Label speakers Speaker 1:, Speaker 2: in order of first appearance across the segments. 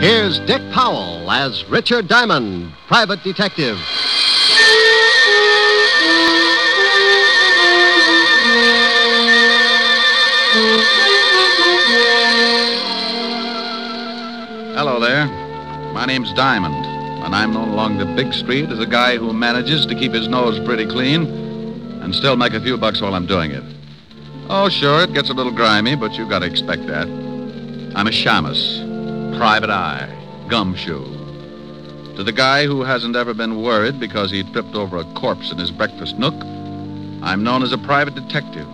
Speaker 1: Here's Dick Powell as Richard Diamond, private detective.
Speaker 2: Hello there. My name's Diamond, and I'm known along the big street as a guy who manages to keep his nose pretty clean and still make a few bucks while I'm doing it. Oh, sure, it gets a little grimy, but you gotta expect that. I'm a shamus, private eye, gumshoe. To the guy who hasn't ever been worried because he tripped over a corpse in his breakfast nook, I'm known as a private detective.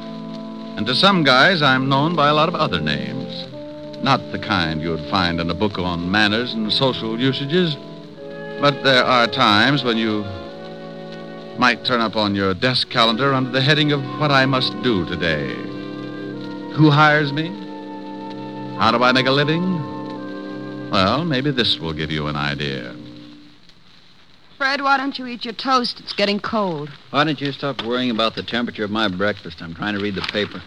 Speaker 2: And to some guys, I'm known by a lot of other names. Not the kind you'd find in a book on manners and social usages. But there are times when you might turn up on your desk calendar under the heading of what I must do today. Who hires me? How do I make a living? Well, maybe this will give you an idea.
Speaker 3: Fred, why don't you eat your toast? It's getting cold.
Speaker 4: Why don't you stop worrying about the temperature of my breakfast? I'm trying to read the paper.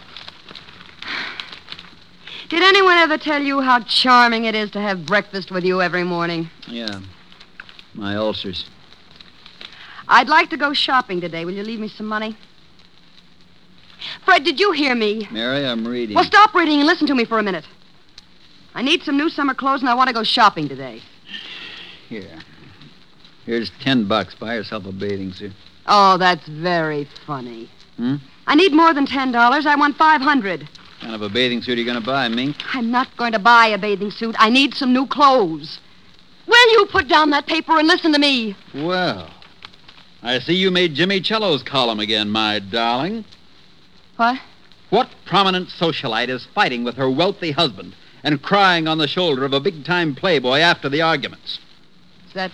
Speaker 3: Did anyone ever tell you how charming it is to have breakfast with you every morning?
Speaker 4: Yeah. My ulcers.
Speaker 3: I'd like to go shopping today. Will you leave me some money? Fred, did you hear me?
Speaker 4: Mary, I'm reading.
Speaker 3: Well, stop reading and listen to me for a minute. I need some new summer clothes and I want to go shopping today.
Speaker 4: Here. Here's ten bucks. Buy yourself a bathing suit.
Speaker 3: Oh, that's very funny.
Speaker 4: Hmm?
Speaker 3: I need more than ten dollars. I want five hundred.
Speaker 4: Kind of a bathing suit are you going to buy, Mink?
Speaker 3: I'm not going to buy a bathing suit. I need some new clothes. Will you put down that paper and listen to me?
Speaker 4: Well, I see you made Jimmy Cello's column again, my darling.
Speaker 3: What?
Speaker 4: What prominent socialite is fighting with her wealthy husband and crying on the shoulder of a big time playboy after the arguments?
Speaker 3: Is that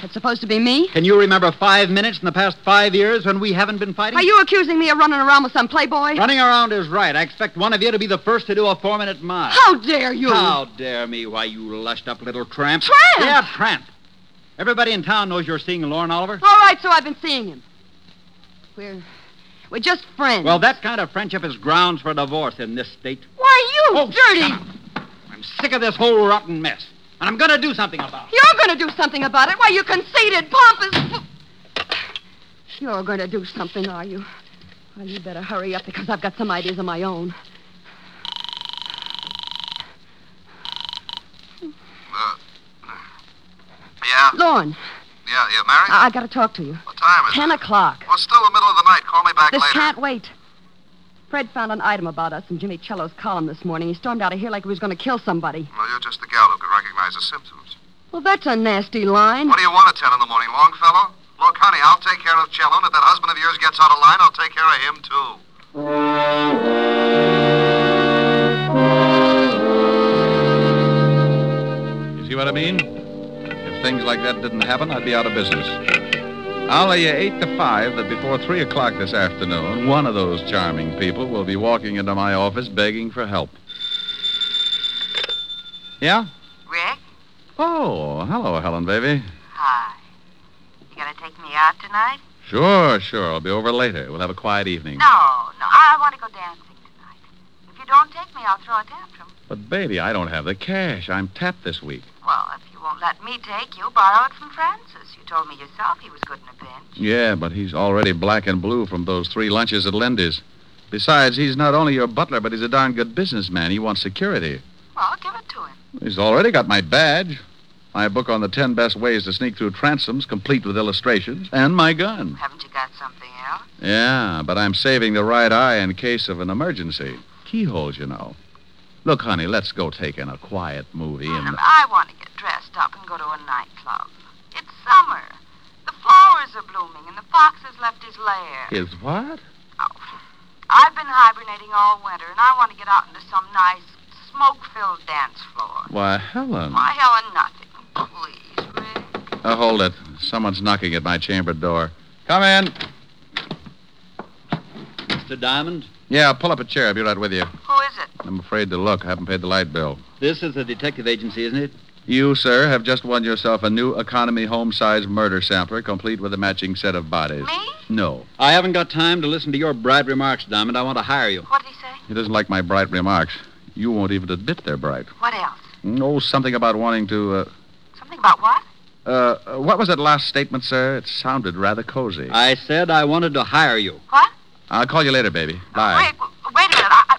Speaker 3: that's supposed to be me?
Speaker 4: Can you remember five minutes in the past five years when we haven't been fighting?
Speaker 3: Are you accusing me of running around with some playboy?
Speaker 4: Running around is right. I expect one of you to be the first to do a four minute mile.
Speaker 3: How dare you?
Speaker 4: How dare me? Why, you lushed up little tramp.
Speaker 3: Tramp?
Speaker 4: Yeah, tramp. Everybody in town knows you're seeing Lauren Oliver.
Speaker 3: All right, so I've been seeing him. We're we're just friends.
Speaker 4: Well, that kind of friendship is grounds for divorce in this state.
Speaker 3: Why you
Speaker 4: Oh,
Speaker 3: dirty?
Speaker 4: shut up. I'm sick of this whole rotten mess, and I'm going to do something about it.
Speaker 3: You're going to do something about it. Why you conceited, pompous. You're going to do something, are you? Well, you better hurry up because I've got some ideas of my own.
Speaker 5: Yeah,
Speaker 3: Lauren,
Speaker 5: yeah, yeah, Mary?
Speaker 3: I, I got to talk to you.
Speaker 5: what time is
Speaker 3: Ten
Speaker 5: it?
Speaker 3: o'clock.
Speaker 5: Well, it's still the middle of the night. Call me back
Speaker 3: This
Speaker 5: later.
Speaker 3: can't wait. Fred found an item about us in Jimmy Cello's column this morning. He stormed out of here like he was going to kill somebody.
Speaker 5: Well, you're just the gal who can recognize the symptoms.
Speaker 3: Well, that's a nasty line.
Speaker 5: What do you want at 10 in the morning, Longfellow? Look, honey, I'll take care of Cello, and if that husband of yours gets out of line, I'll take care of him, too.
Speaker 2: You see what I mean? If things like that didn't happen, I'd be out of business. I'll lay you eight to five that before three o'clock this afternoon, one of those charming people will be walking into my office begging for help. Yeah?
Speaker 6: Rick?
Speaker 2: Oh, hello, Helen, baby.
Speaker 6: Hi. You gonna take me out tonight?
Speaker 2: Sure, sure. I'll be over later. We'll have a quiet evening.
Speaker 6: No, no. I want to go dancing tonight. If you don't take me, I'll throw a tantrum.
Speaker 2: But, baby, I don't have the cash. I'm tapped this week.
Speaker 6: Well, if you won't let me take you, borrow it from Francis. You told me yourself he was good in a pinch.
Speaker 2: Yeah, but he's already black and blue from those three lunches at Lindy's. Besides, he's not only your butler, but he's a darn good businessman. He wants security.
Speaker 6: Well, give it to him.
Speaker 2: He's already got my badge, my book on the ten best ways to sneak through transoms, complete with illustrations, and my gun.
Speaker 6: Haven't you got something else?
Speaker 2: Yeah, but I'm saving the right eye in case of an emergency. Keyholes, you know. Look, honey, let's go take in a quiet movie and.
Speaker 6: Um, I want to get dressed up and go to a nightclub. It's summer. The flowers are blooming and the fox has left his lair.
Speaker 2: Is what?
Speaker 6: Oh. I've been hibernating all winter and I want to get out into some nice smoke-filled dance floor.
Speaker 2: Why, Helen.
Speaker 6: Why, Helen, nothing. Please, Rick.
Speaker 2: Uh, hold it. Someone's knocking at my chamber door. Come in.
Speaker 4: Mr. Diamond?
Speaker 2: Yeah, pull up a chair. I'll be right with you.
Speaker 6: Who is is it?
Speaker 2: I'm afraid to look. I haven't paid the light bill.
Speaker 4: This is a detective agency, isn't it?
Speaker 2: You, sir, have just won yourself a new economy home size murder sampler, complete with a matching set of bodies.
Speaker 6: Me?
Speaker 2: No.
Speaker 4: I haven't got time to listen to your bright remarks, Diamond. I want to hire you.
Speaker 6: What did he say?
Speaker 2: He doesn't like my bright remarks. You won't even admit they're bright.
Speaker 6: What else?
Speaker 2: Oh, something about wanting to.
Speaker 6: Something about what?
Speaker 2: Uh, uh, what was that last statement, sir? It sounded rather cozy.
Speaker 4: I said I wanted to hire you.
Speaker 6: What?
Speaker 2: I'll call you later, baby. Bye.
Speaker 6: Wait, w- wait a minute. I, I,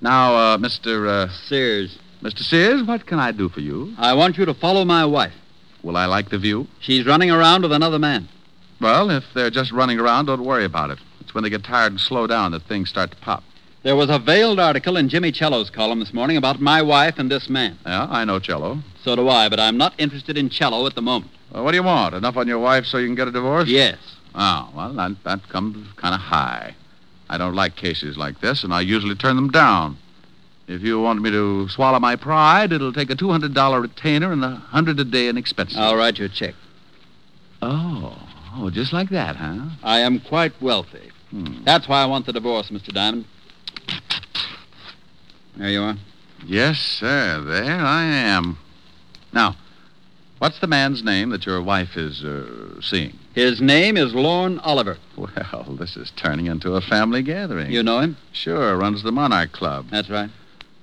Speaker 2: Now, uh, Mr. Uh,
Speaker 4: Sears,
Speaker 2: Mr. Sears, what can I do for you?
Speaker 4: I want you to follow my wife.
Speaker 2: Will I like the view?
Speaker 4: She's running around with another man.
Speaker 2: Well, if they're just running around, don't worry about it. It's when they get tired and slow down that things start to pop.
Speaker 4: There was a veiled article in Jimmy Cello's column this morning about my wife and this man.
Speaker 2: Yeah, I know, Cello.
Speaker 4: So do I, but I'm not interested in Cello at the moment.
Speaker 2: Well, what do you want? Enough on your wife so you can get a divorce?
Speaker 4: Yes.
Speaker 2: Oh, well, that, that comes kind of high. I don't like cases like this, and I usually turn them down. If you want me to swallow my pride, it'll take a $200 retainer and a 100 a day in expenses.
Speaker 4: I'll write you a check.
Speaker 2: Oh, oh, just like that, huh?
Speaker 4: I am quite wealthy.
Speaker 2: Hmm.
Speaker 4: That's why I want the divorce, Mr. Diamond. There you are.
Speaker 2: Yes, sir. There I am. Now, what's the man's name that your wife is uh, seeing?
Speaker 4: His name is Lorne Oliver.
Speaker 2: Well, this is turning into a family gathering.
Speaker 4: You know him?
Speaker 2: sure runs the Monarch Club.
Speaker 4: That's right.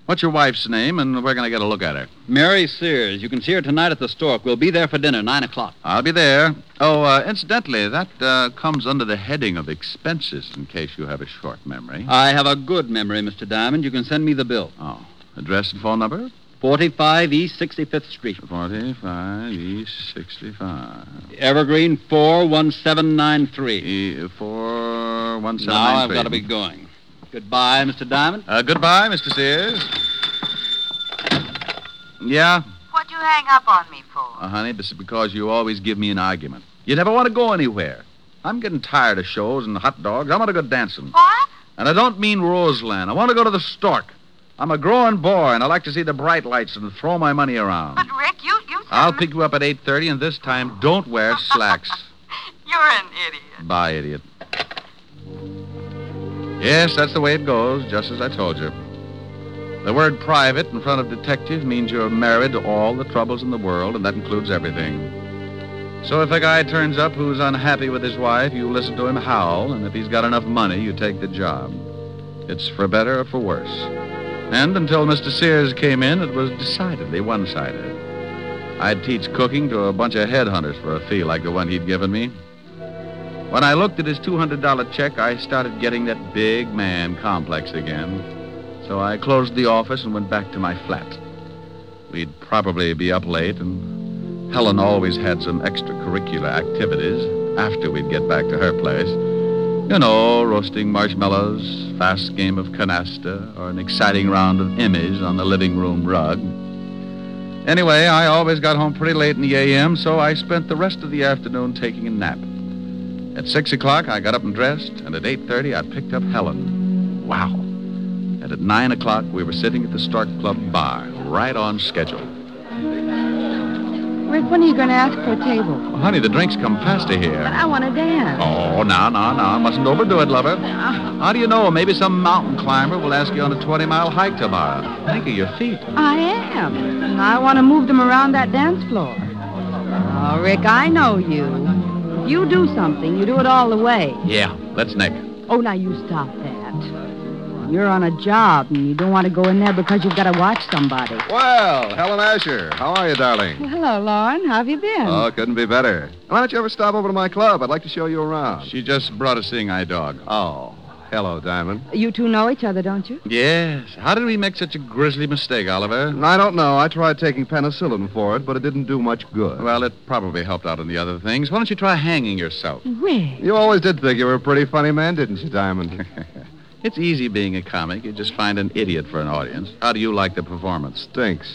Speaker 2: What's your wife's name, and where can I get a look at her?
Speaker 4: Mary Sears. You can see her tonight at the Stork. We'll be there for dinner, 9 o'clock.
Speaker 2: I'll be there. Oh, uh, incidentally, that uh, comes under the heading of expenses, in case you have a short memory.
Speaker 4: I have a good memory, Mr. Diamond. You can send me the bill.
Speaker 2: oh, address and phone number?
Speaker 4: 45 East 65th Street.
Speaker 2: 45 East 65.
Speaker 4: Evergreen 41793.
Speaker 2: E- 4179.
Speaker 4: Now I've got to be going. Goodbye, Mr. Diamond.
Speaker 2: Uh, goodbye, Mr. Sears. Yeah,
Speaker 6: what'd you hang up on me for?
Speaker 2: uh, honey, this is because you always give me an argument. You never want to go anywhere. I'm getting tired of shows and hot dogs. I want to go dancing.
Speaker 6: What?
Speaker 2: And I don't mean Roseland. I want to go to the Stork. I'm a growing boy, and I like to see the bright lights and throw my money around.
Speaker 6: But Rick, you you.
Speaker 2: I'll pick you up at 8.30, and this time, don't wear slacks.
Speaker 6: You're an idiot.
Speaker 2: Bye, idiot. Yes, that's the way it goes, just as I told you. The word private in front of detective means you're married to all the troubles in the world, and that includes everything. So if a guy turns up who's unhappy with his wife, you listen to him howl, and if he's got enough money, you take the job. It's for better or for worse. And until Mr. Sears came in, it was decidedly one sided. I'd teach cooking to a bunch of headhunters for a fee like the one he'd given me. When I looked at his $200 check, I started getting that big man complex again. So I closed the office and went back to my flat. We'd probably be up late, and Helen always had some extracurricular activities after we'd get back to her place. You know, roasting marshmallows, fast game of canasta, or an exciting round of Emmys on the living room rug. Anyway, I always got home pretty late in the AM, so I spent the rest of the afternoon taking a nap. At six o'clock, I got up and dressed, and at eight thirty, I picked up Helen. Wow! And at nine o'clock, we were sitting at the Stark Club bar, right on schedule.
Speaker 3: Rick, when are you going to ask for a table?
Speaker 2: Well, honey, the drinks come faster
Speaker 3: But
Speaker 2: here.
Speaker 3: I want to dance.
Speaker 2: Oh, now, now, now! Mustn't overdo it, lover. How do you know? Maybe some mountain climber will ask you on a twenty-mile hike tomorrow. Think of your feet.
Speaker 3: I am. I want to move them around that dance floor. Oh, Rick, I know you. If you do something, you do it all the way.
Speaker 2: Yeah, let's neck it.
Speaker 3: Oh, now you stop that. You're on a job and you don't want to go in there because you've got to watch somebody.
Speaker 2: Well, Helen Asher, how are you, darling?
Speaker 3: Well, hello, Lauren. How have you been?
Speaker 2: Oh, couldn't be better.
Speaker 5: Why don't you ever stop over to my club? I'd like to show you around.
Speaker 2: She just brought a seeing-eye dog.
Speaker 5: Oh, hello, Diamond.
Speaker 3: you two know each other, don't you?
Speaker 2: Yes. How did we make such a grisly mistake, Oliver?
Speaker 5: I don't know. I tried taking penicillin for it, but it didn't do much good.
Speaker 2: Well, it probably helped out on the other things. Why don't you try hanging yourself?
Speaker 3: Rick.
Speaker 5: you always did think you were a pretty funny man, didn't you, Diamond?
Speaker 2: It's easy being a comic. You just find an idiot for an audience. How do you like the performance?
Speaker 5: Stinks.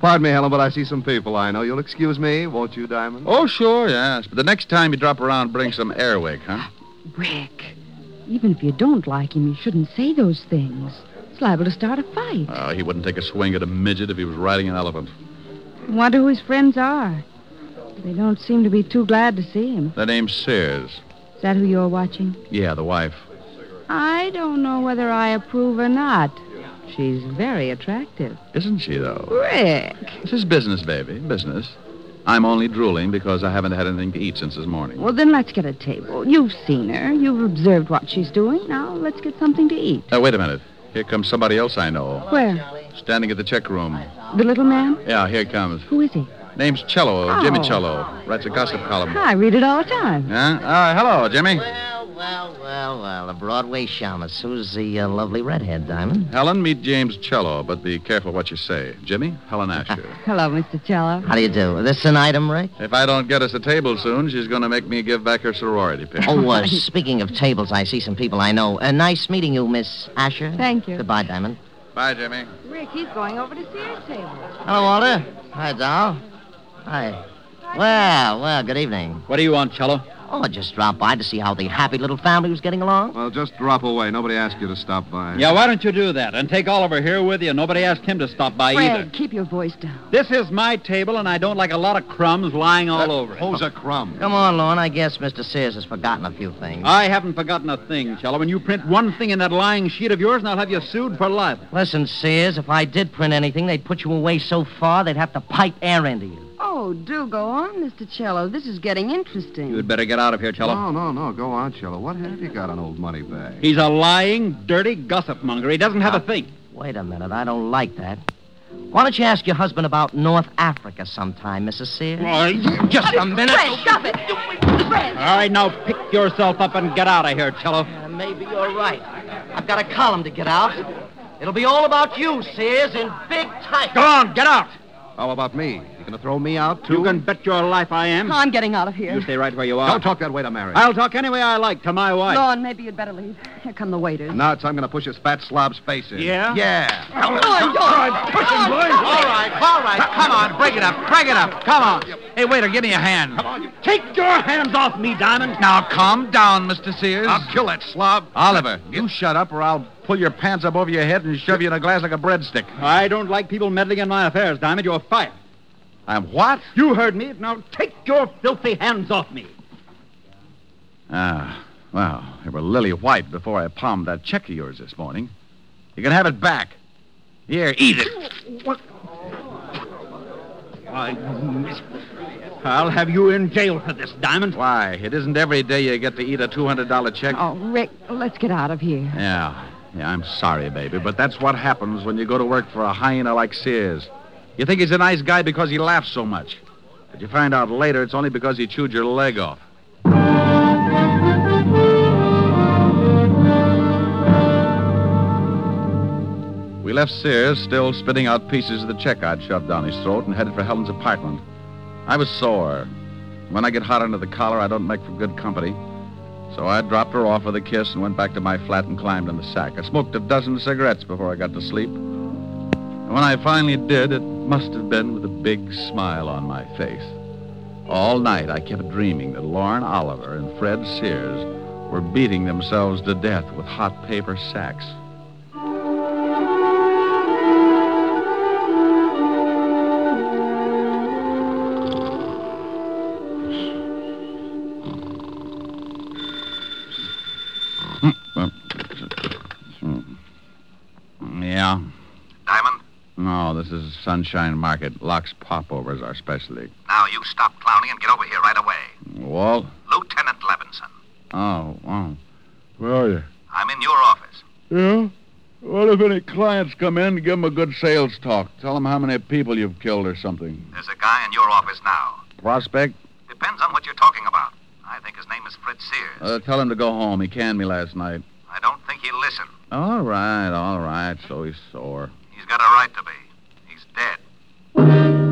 Speaker 5: Pardon me, Helen, but I see some people I know. You'll excuse me, won't you, Diamond?
Speaker 2: Oh, sure, yes. But the next time you drop around, bring some Airwick, huh?
Speaker 3: Rick. Even if you don't like him, you shouldn't say those things. It's liable to start a fight.
Speaker 2: Oh, he wouldn't take a swing at a midget if he was riding an elephant.
Speaker 3: Wonder who his friends are. They don't seem to be too glad to see him.
Speaker 2: The name's Sears.
Speaker 3: Is that who you're watching?
Speaker 2: Yeah, the wife.
Speaker 3: I don't know whether I approve or not.
Speaker 7: She's very attractive.
Speaker 2: Isn't she, though?
Speaker 7: Rick.
Speaker 2: This is business, baby. Business. I'm only drooling because I haven't had anything to eat since this morning.
Speaker 7: Well, then let's get a table. You've seen her. You've observed what she's doing. Now let's get something to eat.
Speaker 2: Uh, wait a minute. Here comes somebody else I know.
Speaker 7: Where?
Speaker 2: Standing at the check room.
Speaker 7: The little man?
Speaker 2: Yeah, here it comes.
Speaker 7: Who is he?
Speaker 2: Name's Cello,
Speaker 7: Oh.
Speaker 2: Jimmy Cello. Writes a gossip column.
Speaker 7: I read it all the time.
Speaker 2: Huh? Uh, hello, Jimmy.
Speaker 8: Well, well, well, well. A Broadway shamus. Who's the uh, lovely redhead, Diamond?
Speaker 2: Helen, meet James Cello, but be careful what you say. Jimmy, Helen Asher.
Speaker 7: Hello, Mr. Cello.
Speaker 8: How do you do? This an item, Rick?
Speaker 2: if I don't get us a table soon, she's going to make me give back her sorority pin.
Speaker 8: Oh, uh, speaking of tables, I see some people I know. Uh, nice meeting you, Miss Asher.
Speaker 7: Thank you.
Speaker 8: Goodbye, Diamond.
Speaker 2: Bye, Jimmy.
Speaker 3: Rick, he's going over to see her table.
Speaker 8: Hello, Walter. Hi, Doll. Hi. Well, well, good evening.
Speaker 4: What do you want, Cello?
Speaker 8: Oh, I just dropped by to see how the happy little family was getting along.
Speaker 5: Well, just drop away. Nobody asked you to stop by.
Speaker 4: Yeah, why don't you do that and take Oliver here with you? Nobody asked him to stop by either.
Speaker 3: Fred, keep your voice down.
Speaker 4: This is my table, and I don't like a lot of crumbs lying
Speaker 2: Uh,
Speaker 4: all over it.
Speaker 5: Hose a crumb.
Speaker 8: Come on, Lorne. I guess Mr. Sears has forgotten a few things.
Speaker 4: I haven't forgotten a thing, Cello. When you print one thing in that lying sheet of yours, and I'll have you sued for libel.
Speaker 8: Listen, Sears, if I did print anything, they'd put you away so far they'd have to pipe air into you.
Speaker 3: Oh, do go on, Mr. Cello. This is getting interesting.
Speaker 4: You'd better get out of here, Cello.
Speaker 5: No, no, no. Go on, Cello. What have you got on old money bag?
Speaker 4: He's a lying, dirty gossip monger. He doesn't have a thing.
Speaker 8: Wait a minute. I don't like that. Why don't you ask your husband about North Africa sometime, Mrs. Sears? Just a minute.
Speaker 3: Fred, stop it. Fred.
Speaker 4: All right, now pick yourself up and get out of here, Cello.
Speaker 8: Uh, Maybe you're right. I've got a column to get out. It'll be all about you, Sears, in big type.
Speaker 4: Go on, get out.
Speaker 5: How about me? You gonna throw me out, too?
Speaker 4: You can bet your life I am.
Speaker 3: I'm getting out of
Speaker 4: You
Speaker 3: here.
Speaker 4: stay right where you are.
Speaker 5: Don't talk that way to Mary.
Speaker 4: I'll talk any way I like to my wife.
Speaker 3: Lorne, maybe you'd better leave. Here come the waiters.
Speaker 5: Nuts, I'm gonna push his fat slob's face in.
Speaker 4: Yeah? Oh,
Speaker 5: Yeah.
Speaker 3: Lorne, don't. Lorne,
Speaker 4: All right, all right. Come on, break it up, break it up. Come on. Hey, waiter, give me a hand. Come on. Take your hands off me, Diamond. Now, calm down, Mr. Sears.
Speaker 5: I'll kill that slob.
Speaker 2: Oliver, you shut up or I'll pull your pants up over your head and shove you in a glass like a breadstick.
Speaker 4: I don't like people meddling in my affairs, Diamond. You're fired.
Speaker 2: I'm what?
Speaker 4: You heard me. Now take your filthy hands off me.
Speaker 2: Ah, well, they were lily white before I palmed that check of yours this morning. You can have it back. Here, eat it.
Speaker 4: Why, I'll have you in jail for this, Diamond.
Speaker 2: Why, it isn't every day you get to eat a $200 check.
Speaker 3: Oh, Rick, let's get out of here.
Speaker 2: Yeah, yeah, I'm sorry, baby, but that's what happens when you go to work for a hyena like Sears. You think he's a nice guy because he laughs so much. But you find out later it's only because he chewed your leg off. We left Sears still spitting out pieces of the check I'd shoved down his throat and headed for Helen's apartment. I was sore. When I get hot under the collar, I don't make for good company. So I dropped her off with a kiss and went back to my flat and climbed in the sack. I smoked a dozen cigarettes before I got to sleep. And when I finally did, it must have been with a big smile on my face. All night I kept dreaming that Lauren Oliver and Fred Sears were beating themselves to death with hot paper sacks. Yeah.
Speaker 5: Diamond,
Speaker 2: No, this is Sunshine Market. Locks popovers are specialty.
Speaker 5: now you stop clowning and get over here right away.
Speaker 2: Walt?
Speaker 5: Lieutenant Levinson,
Speaker 2: Oh, oh. Where are you?
Speaker 5: I'm in your office.
Speaker 2: Yeah? Well, if any clients come in, give them a good sales talk. Tell them how many people you've killed or something.
Speaker 5: There's a guy in your office now.
Speaker 2: Prospect?
Speaker 5: Depends on what you're talking about. I think his name is Fritz Sears.
Speaker 2: Uh, tell him to go home. He canned me last night.
Speaker 5: I don't think he'll listen.
Speaker 2: All right, all right. So he's sore.
Speaker 5: He's got a right to be. He's dead.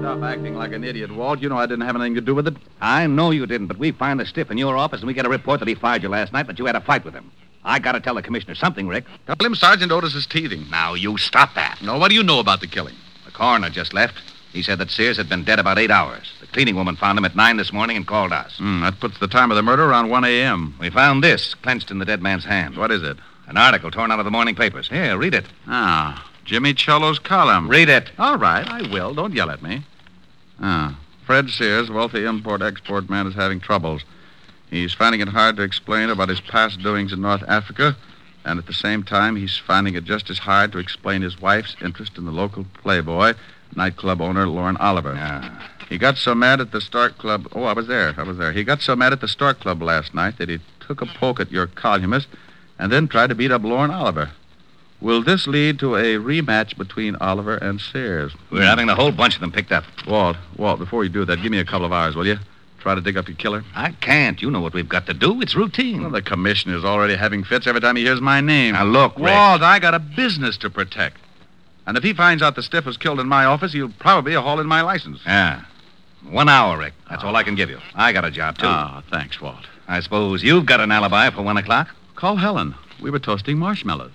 Speaker 2: Stop acting like an idiot, Walt. You know I didn't have anything to do with it.
Speaker 9: I know you didn't, but we find a stiff in your office, and we get a report that he fired you last night, but you had a fight with him. I gotta tell the commissioner something, Rick.
Speaker 2: Tell him Sergeant Otis is teething.
Speaker 9: Now, you stop that.
Speaker 2: No, what do you know about the killing?
Speaker 9: The coroner just left. He said that Sears had been dead about eight hours. The cleaning woman found him at nine this morning and called us.
Speaker 2: Hmm, that puts the time of the murder around 1 a.m.
Speaker 9: We found this, clenched in the dead man's hand.
Speaker 2: What is it?
Speaker 9: An article torn out of the morning papers. Here, read it.
Speaker 2: Ah, Jimmy Cello's column.
Speaker 9: Read it.
Speaker 2: All right, I will. Don't yell at me. Ah, Fred Sears, wealthy import export man, is having troubles. He's finding it hard to explain about his past doings in North Africa, and at the same time, he's finding it just as hard to explain his wife's interest in the local playboy, nightclub owner Lauren Oliver. He got so mad at the Stark Club. Oh, I was there. I was there. He got so mad at the Stark Club last night that he took a poke at your columnist and then tried to beat up Lauren Oliver. Will this lead to a rematch between Oliver and Sears?
Speaker 9: We're having the whole bunch of them picked up.
Speaker 2: Walt, Walt, before you do that, give me a couple of hours, will you? Try to dig up your killer.
Speaker 9: I can't. You know what we've got to do. It's routine.
Speaker 2: Well, the commissioner's already having fits every time he hears my name.
Speaker 9: Now, look, Rick.
Speaker 2: Walt, I got a business to protect. And if he finds out the stiff was killed in my office, he'll probably haul in my license.
Speaker 9: Yeah. One hour, Rick. That's all I can give you. I got a job, too.
Speaker 2: Ah, thanks, Walt.
Speaker 9: I suppose you've got an alibi for one o'clock.
Speaker 2: Call Helen. We were toasting marshmallows.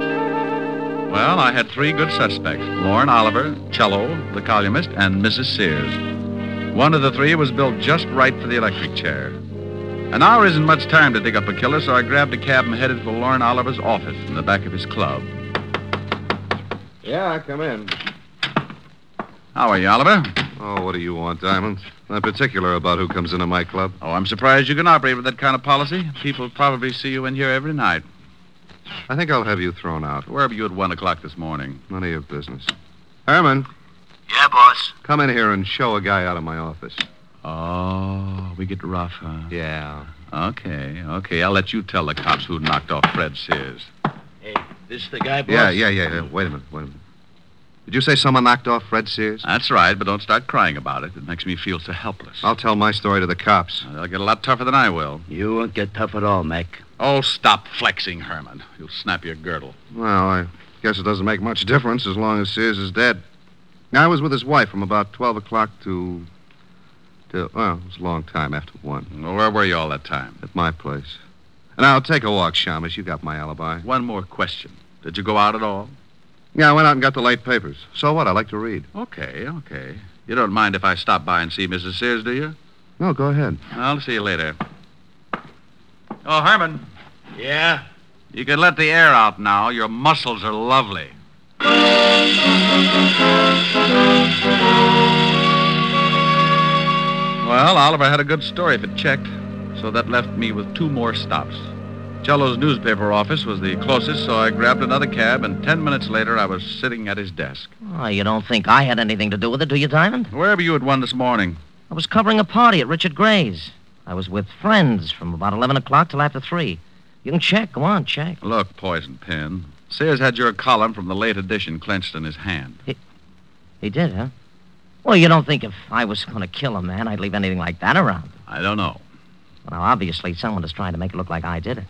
Speaker 2: Well, I had three good suspects Lauren Oliver, Cello, the columnist, and Mrs. Sears. One of the three was built just right for the electric chair. An hour isn't much time to dig up a killer, so I grabbed a cab and headed for Lauren Oliver's office in the back of his club.
Speaker 5: Yeah, come in.
Speaker 2: How are you, Oliver?
Speaker 5: Oh, what do you want, Diamond? Not particular about who comes into my club.
Speaker 2: Oh, I'm surprised you can operate with that kind of policy. People probably see you in here every night.
Speaker 5: I think I'll have you thrown out.
Speaker 2: Where were you at one o'clock this morning?
Speaker 5: None of your business. Herman,
Speaker 10: Yeah, boss.
Speaker 5: come in here and show a guy out of my office.
Speaker 2: Oh, we get rough, huh?
Speaker 5: Yeah.
Speaker 2: Okay, okay. I'll let you tell the cops who knocked off Fred Sears.
Speaker 10: Hey, this the guy, boss?
Speaker 5: Yeah, yeah, yeah, yeah. Wait a minute, wait a minute. Did you say someone knocked off Fred Sears?
Speaker 2: That's right, but don't start crying about it. It makes me feel so helpless.
Speaker 5: I'll tell my story to the cops.
Speaker 2: They'll get a lot tougher than I will.
Speaker 10: You won't get tough at all, Mac.
Speaker 2: Oh, stop flexing, Herman. You'll snap your girdle.
Speaker 5: Well, I guess it doesn't make much difference as long as Sears is dead. Now, I was with his wife from about 12 o'clock to. to well, it was a long time after 1
Speaker 2: Well, where were you all that time?
Speaker 5: at my place. And I'll take a walk, Shamus. You got my alibi.
Speaker 2: One more question. Did you go out at all?
Speaker 5: Yeah, I went out and got the late papers. So what? I like to read.
Speaker 2: Okay, okay. You don't mind if I stop by and see Mrs. Sears, do you?
Speaker 5: No, go ahead.
Speaker 2: I'll see you later. Oh, Herman,
Speaker 10: Yeah?
Speaker 2: you can let the air out now. Your muscles are lovely. Well, Oliver had a good story if it checked, so that left me with two more stops. Cello's newspaper office was the closest, so I grabbed another cab, and ten minutes later, I was sitting at his desk.
Speaker 8: Oh, you don't think I had anything to do with it, do you, Diamond?
Speaker 2: Where were you at one this morning?
Speaker 8: I was covering a party at Richard Gray's. I was with friends from about 11 o'clock till after 3. You can check. Go on, check.
Speaker 2: Look, Poison Pin. Sears had your column from the late edition clenched in his hand.
Speaker 8: He did, huh? Well, you don't think if I was going to kill a man, I'd leave anything like that around.
Speaker 2: I don't know.
Speaker 8: Well, now, obviously, someone is trying to make it look like I did it.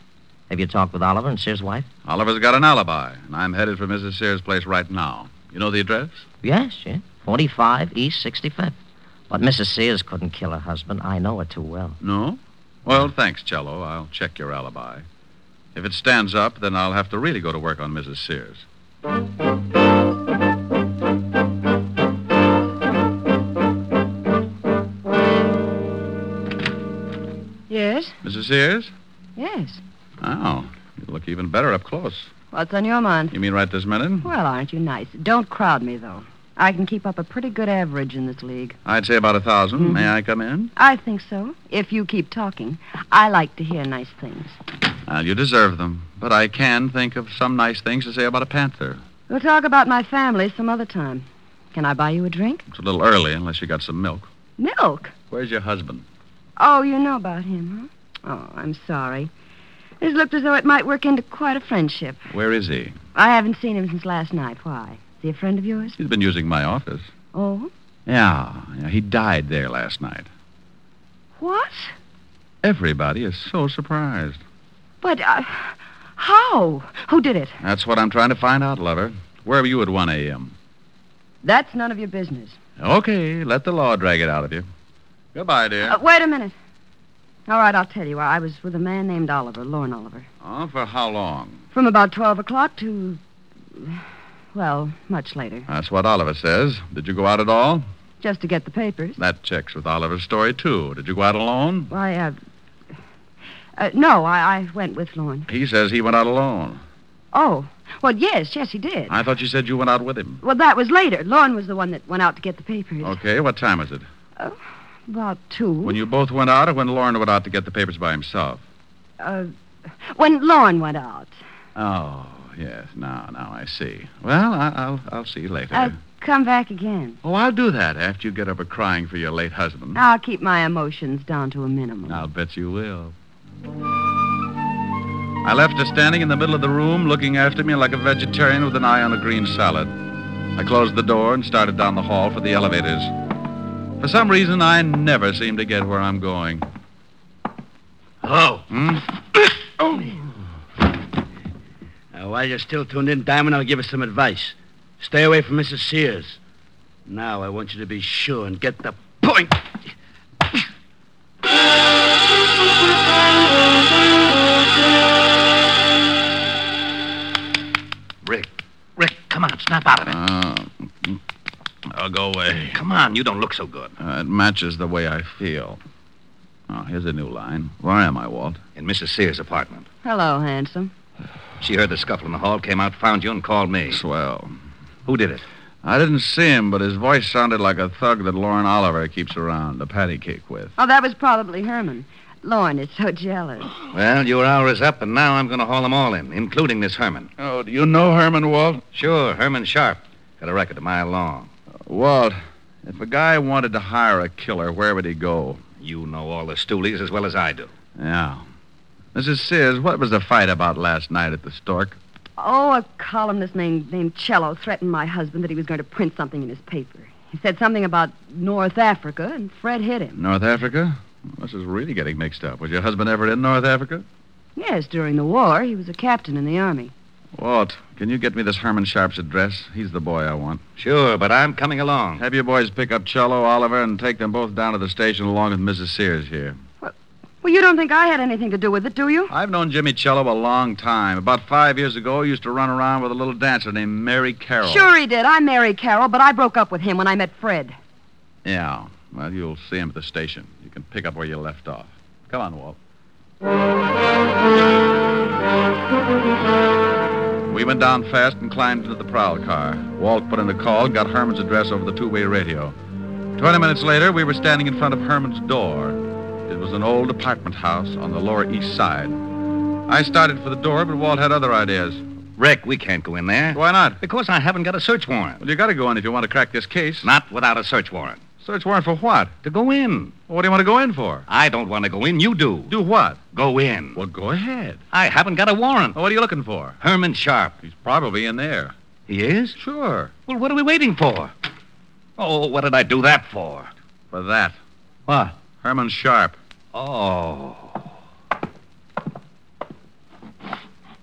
Speaker 8: Have you talked with Oliver and Sears' wife?
Speaker 2: Oliver's got an alibi, and I'm headed for Mrs. Sears' place right now. You know the address?
Speaker 8: Yes, yeah. 45 East 65th. But Mrs. Sears couldn't kill her husband. I know her too well.
Speaker 2: No? Well, thanks, Cello. I'll check your alibi. If it stands up, then I'll have to really go to work on Mrs. Sears.
Speaker 3: Yes?
Speaker 2: Mrs. Sears?
Speaker 3: Yes.
Speaker 2: Oh, you look even better up close.
Speaker 3: What's on your mind?
Speaker 2: You mean right this minute?
Speaker 3: Well, aren't you nice? Don't crowd me, though. I can keep up a pretty good average in this league.
Speaker 2: I'd say about a 1000
Speaker 3: Mhm.
Speaker 2: May I come in?
Speaker 3: I think so, if you keep talking. I like to hear nice things.
Speaker 2: Well, you deserve them. But I can think of some nice things to say about a panther.
Speaker 3: We'll talk about my family some other time. Can I buy you a drink?
Speaker 2: It's a little early, unless you got some milk.
Speaker 3: Milk?
Speaker 2: Where's your husband?
Speaker 3: Oh, you know about him, huh? Oh, I'm sorry. This looked as though it might work into quite a friendship.
Speaker 2: Where is he?
Speaker 3: I haven't seen him since last night. Why? Is he a friend of yours?
Speaker 2: He's been using my office.
Speaker 3: Oh?
Speaker 2: Yeah, yeah, he died there last night.
Speaker 3: What?
Speaker 2: Everybody is so surprised.
Speaker 3: But, uh, how? Who did it?
Speaker 2: That's what I'm trying to find out, lover. Where were you at 1 a.m.?
Speaker 3: That's none of your business.
Speaker 2: Okay, let the law drag it out of you. Goodbye, dear.
Speaker 3: Uh, wait a minute. All right, I'll tell you. I I was with a man named Oliver, Lorne Oliver,
Speaker 2: oh, for how long?
Speaker 3: from about 12 o'clock to, well, much later,
Speaker 2: That's what Oliver says. Did you go out at all?
Speaker 3: just to get the papers.
Speaker 2: That checks with Oliver's story, too. Did you go out alone?
Speaker 3: Why, uh, uh, no, I, I went with Lorne.
Speaker 2: He says he went out alone.
Speaker 3: Oh, well, yes, yes, he did.
Speaker 2: I thought you said you went out with him.
Speaker 3: Well, that was later. Lorne was the one that went out to get the papers.
Speaker 2: Okay, what time is it?
Speaker 3: About two.
Speaker 2: Oh. When you both went out or when Lauren went out to get the papers by himself?
Speaker 3: Uh, when Lauren went out.
Speaker 2: Oh, yes. Now, now I see. Well, I, I'll, I'll see you later.
Speaker 3: I'll come back again.
Speaker 2: Oh, I'll do that after you get over crying for your late husband.
Speaker 3: I'll keep my emotions down to a minimum.
Speaker 2: I'll bet you will. I left her standing in the middle of the room, looking after me like a vegetarian with an eye on a green salad. I closed the door and started down the hall for the elevators. For some reason, I never seem to get where I'm going.
Speaker 8: Hello.
Speaker 2: Hmm?
Speaker 8: Now, while you're still tuned in, Diamond, I'll give you some advice. Stay away from Mrs. Sears. Now, I want you to be sure and get the point.
Speaker 4: Rick. Rick, come on, snap out of it.
Speaker 2: oh, Uh, go away.
Speaker 4: Come on, you don't look so good.
Speaker 2: Uh, it matches the way I feel. Oh, here's a new line. Where am I, Walt?
Speaker 4: In Mrs. Sears' apartment.
Speaker 3: Hello, handsome.
Speaker 4: She heard the scuffle in the hall, came out, found you, and called me.
Speaker 2: Swell.
Speaker 4: Who did it?
Speaker 2: I didn't see him, but his voice sounded like a thug that Lauren Oliver keeps around, the patty cake with.
Speaker 3: Oh, that was probably Herman. Lauren is so jealous.
Speaker 4: Well, your hour is up, and now I'm going to haul them all in, including this Herman.
Speaker 2: Oh, do you know Herman, Walt? Uh,
Speaker 4: Sure, Herman Sharp. Got a record a mile long.
Speaker 2: Walt, if a guy wanted to hire a killer, where would he go?
Speaker 4: You know all the stoolies as well as I do.
Speaker 2: Yeah. Mrs. Sears, what was the fight about last night at the Stork?
Speaker 3: Oh, a columnist named, named Cello threatened my husband that he was going to print something in his paper. He said something about North Africa, and Fred hit him.
Speaker 2: North Africa? This is really getting mixed up. Was your husband ever in North Africa?
Speaker 3: Yes, during the war, he was a captain in the army.
Speaker 2: Walt, can you get me this Herman Sharp's address? He's the boy I want.
Speaker 4: Sure, but I'm coming along.
Speaker 2: Have your boys pick up Cello, Oliver, and take them both down to the station along with Mrs. Sears here.
Speaker 3: Well, you don't think I had anything to do with it, do you?
Speaker 2: I've known Jimmy Cello a long time. About five years ago, he used to run around with a little dancer named Mary Carroll.
Speaker 3: Sure he did. I married Carol, but I broke up with him when I met Fred.
Speaker 2: Yeah. Well, you'll see him at the station. You can pick up where you left off. Come on, Walt. We went down fast and climbed into the prowl car. Walt put in a call, got Herman's address over the two way radio. Twenty minutes later, we were standing in front of Herman's door. It was an old apartment house on the Lower East Side. I started for the door, but Walt had other ideas.
Speaker 4: Rick, we can't go in there.
Speaker 2: Why not?
Speaker 4: Because I haven't got a search warrant.
Speaker 2: Well, you gotta go in if you want to crack this case.
Speaker 4: Not without a search warrant.
Speaker 2: Search warrant for what?
Speaker 4: To go in.
Speaker 2: Well, What do you want to go in for?
Speaker 4: I don't want to go in. You do.
Speaker 2: Do what?
Speaker 4: Go in.
Speaker 2: Well, go ahead.
Speaker 4: I haven't got a warrant.
Speaker 2: Well, what are you looking for?
Speaker 4: Herman Sharp.
Speaker 2: He's probably in there.
Speaker 4: He is?
Speaker 2: Sure.
Speaker 4: Well, what are we waiting for? Oh, what did I do that for?
Speaker 2: For that.
Speaker 4: What?
Speaker 2: Herman Sharp.
Speaker 4: Oh.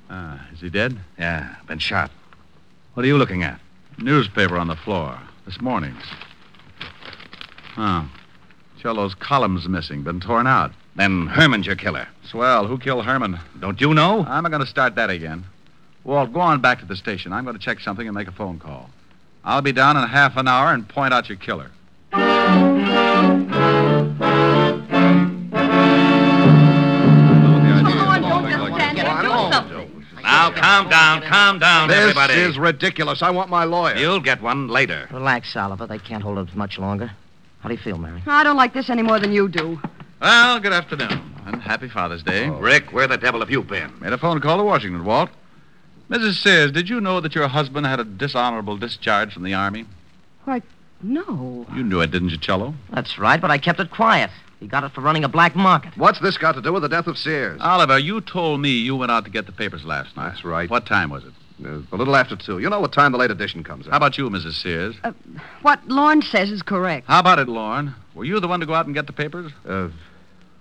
Speaker 2: Ah, is he dead?
Speaker 4: Yeah, been shot. What are you looking at?
Speaker 2: Newspaper on the floor. This morning's. Oh. Cello's column's missing. Been torn out.
Speaker 4: Then Herman's your killer.
Speaker 2: Swell. Who killed Herman?
Speaker 4: Don't you know?
Speaker 2: I'm going to start that again. Walt, go on back to the station. I'm going to check something and make a phone call. I'll be down in half an hour and point out your killer.
Speaker 11: Come on, don't just stand there. Do something.
Speaker 4: Now, calm down, calm down,
Speaker 1: This
Speaker 4: everybody.
Speaker 1: is ridiculous. I want my lawyer.
Speaker 4: You'll get one later.
Speaker 12: Relax, Oliver. They can't hold us much longer. How do you feel, Mary?
Speaker 3: I don't like this any more than you do.
Speaker 2: Well, good afternoon. And happy Father's
Speaker 1: Oh.
Speaker 2: Day.
Speaker 4: Rick, where the devil have you been?
Speaker 2: Made a phone call to Washington, Walt. Mrs. Sears, did you know that your husband had a dishonorable discharge from the Army?
Speaker 3: No.
Speaker 2: You knew it, didn't you, Cello?
Speaker 12: That's right, but I kept it quiet. He got it for running a black market.
Speaker 1: What's this got to do with the death of Sears?
Speaker 2: Oliver, you told me you went out to get the papers last night.
Speaker 1: That's right.
Speaker 2: What time was it?
Speaker 1: Uh, a little after two. You know what time the late edition comes out.
Speaker 2: How about you, Mrs. Sears?
Speaker 3: What Lauren says is correct.
Speaker 2: How about it, Lauren? Were you the one to go out and get the papers?
Speaker 1: Uh,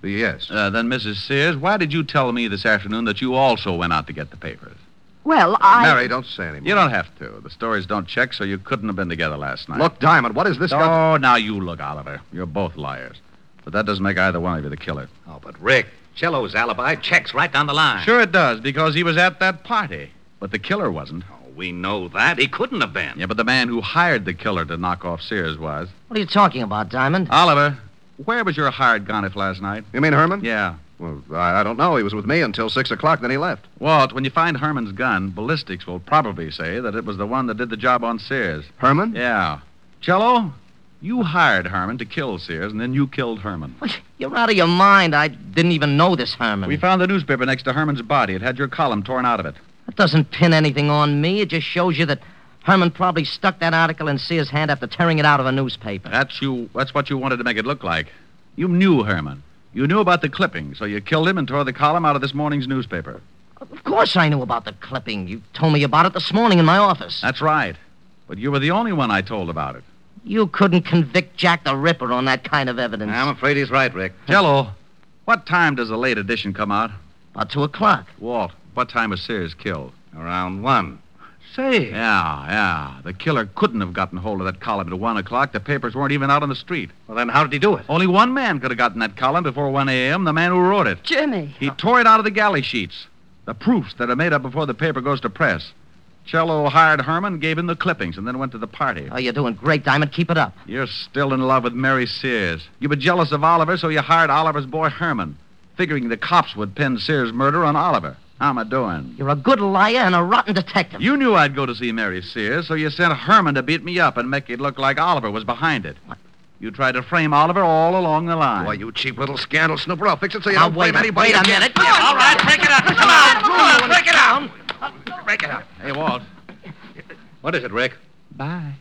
Speaker 1: yes.
Speaker 2: Uh, then, Mrs. Sears, why did you tell me this afternoon that you also went out to get the papers?
Speaker 3: Well, I.
Speaker 1: Mary, don't say anything.
Speaker 2: You don't have to. The stories don't check, so you couldn't have been together last night.
Speaker 1: Look, Diamond, what is this got...
Speaker 2: Oh, now you look, Oliver. You're both liars. But that doesn't make either one of you the killer.
Speaker 4: Oh, but Rick, Cello's alibi checks right down the line.
Speaker 2: Sure it does, because he was at that party. But the killer wasn't.
Speaker 4: Oh, we know that. He couldn't have been.
Speaker 2: Yeah, but the man who hired the killer to knock off Sears was.
Speaker 12: What are you talking about, Diamond?
Speaker 2: Oliver, where was your hired gonif last night?
Speaker 1: You mean Herman?
Speaker 2: Yeah.
Speaker 1: Well, I, I don't know. He was with me until six o'clock, then he left.
Speaker 2: Walt, when you find Herman's gun, ballistics will probably say that it was the one that did the job on Sears.
Speaker 1: Herman?
Speaker 2: Yeah. Cello, You hired Harmon to kill Sears, and then you killed Herman.
Speaker 8: You're out of your mind. I didn't even know this Herman.
Speaker 1: Hmm.
Speaker 2: We found the newspaper next to Herman's body. It had your column torn out of it.
Speaker 8: That doesn't pin anything on me. It just shows you that Herman probably stuck that article in Sears' hand after tearing it out of a newspaper.
Speaker 2: That's you. That's what you wanted to make it look like. You knew Herman. You knew about the clipping, so you killed him and tore the column out of this morning's newspaper.
Speaker 8: Of course I knew about the clipping. You told me about it this morning in my office.
Speaker 2: That's right. But you were the only one I told about it.
Speaker 8: You couldn't convict Jack the Ripper on that kind of evidence.
Speaker 2: I'm afraid he's right, Rick. Jello, what time does the late edition come out?
Speaker 8: About two o'clock.
Speaker 2: Walt, what time was Sears killed? Around one.
Speaker 10: Say.
Speaker 2: Yeah, yeah. The killer couldn't have gotten hold of that column at one o'clock. The papers weren't even out on the street. Well, then how did he do it? Only one man could have gotten that column before 1 a.m. The man who wrote it.
Speaker 7: Jimmy.
Speaker 2: He tore it out of the galley sheets. The proofs that are made up before the paper goes to press. Cello hired Herman, gave him the clippings, and then went to the party.
Speaker 8: Oh, you're doing great, Diamond. Keep it up.
Speaker 2: You're still in love with Mary Sears. You were jealous of Oliver, so you hired Oliver's boy Herman, figuring the cops would pin Sears' murder on Oliver. How am I doing?
Speaker 8: You're a good liar and a rotten detective.
Speaker 2: You knew I'd go to see Mary Sears, so you sent Herman to beat me up and make it look like Oliver was behind it. You tried to frame Oliver all along the line. Why,
Speaker 13: you cheap little scandal snooper. I'll fix it so you
Speaker 8: Now,
Speaker 13: don't
Speaker 8: wait
Speaker 13: blame
Speaker 8: a-
Speaker 13: anybody.
Speaker 8: wait a
Speaker 13: again.
Speaker 8: minute. Yeah, all right, break it up. Come on, come on, break it up.
Speaker 13: Break it up.
Speaker 2: Hey, Walt.
Speaker 13: What is it, Rick?
Speaker 8: Bye.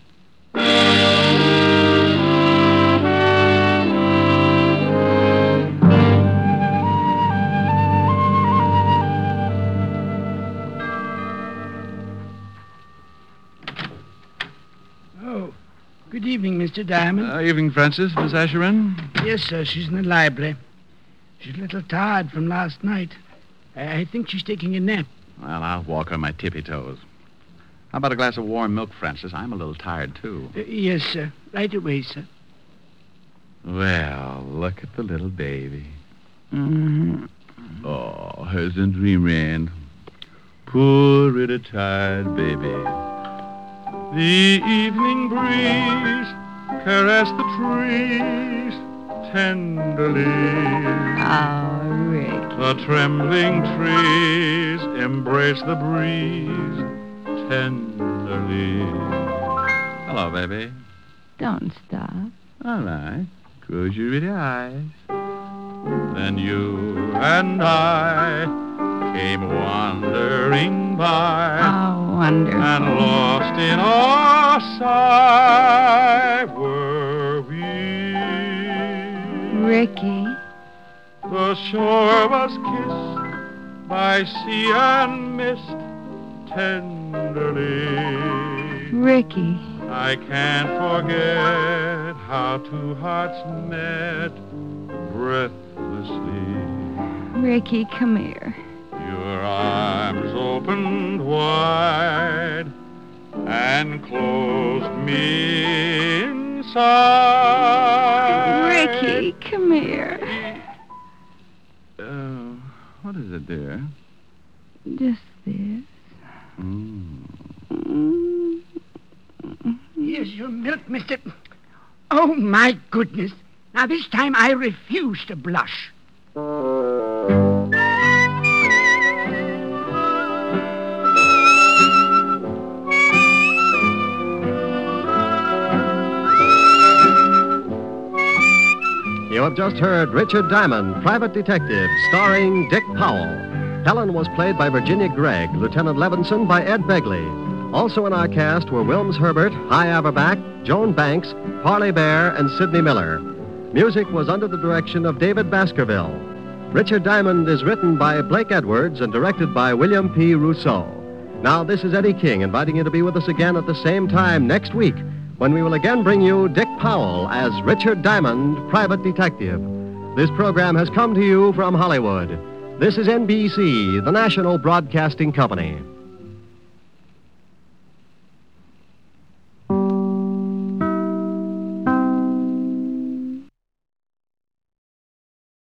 Speaker 14: Oh, good evening, Mr. Diamond.
Speaker 2: Uh, evening, Francis. Miss Asherin?
Speaker 14: yes, sir, she's in the library. She's a little tired from last night. I, I think she's taking a nap.
Speaker 2: Well, I'll walk on my tippy toes. How about a glass of warm milk, Francis? I'm a little tired, too.
Speaker 14: Uh, yes, sir. Right away, sir.
Speaker 2: Well, look at the little baby.
Speaker 15: Mm-hmm.
Speaker 2: Oh, hers in dreamland. Poor little tired baby.
Speaker 16: The evening breeze caressed the trees tenderly. Ah, Rick. The trembling trees embrace the breeze tenderly.
Speaker 2: Hello, baby.
Speaker 15: Don't stop.
Speaker 2: All right. Close your little eyes. Then you and I came wandering by.
Speaker 15: How wonderful.
Speaker 16: And lost in our sigh were we.
Speaker 15: Ricky.
Speaker 16: The shore was kissed by sea and mist tenderly.
Speaker 15: Ricky.
Speaker 16: I can't forget how two hearts met breathlessly.
Speaker 15: Ricky, come here.
Speaker 16: Your arms opened wide and closed me inside.
Speaker 15: Ricky, come here.
Speaker 2: Uh, what is it, dear?
Speaker 15: Just this.
Speaker 14: Here's your milk, Mr. Oh, my goodness. Now, this time I refuse to blush.
Speaker 1: You have just heard Richard Diamond, Private Detective, starring Dick Powell. Helen was played by Virginia Gregg, Lieutenant Levinson by Ed Begley. Also in our cast were Wilms Herbert, High Averback, Joan Banks, Parley Bear, and Sidney Miller. Music was under the direction of David Baskerville. Richard Diamond is written by Blake Edwards and directed by William P. Rousseau. Now, this is Eddie King inviting you to be with us again at the same time next week when we will again bring you Dick Powell as Richard Diamond, Private Detective. This program has come to you from Hollywood. This is NBC, the national broadcasting company.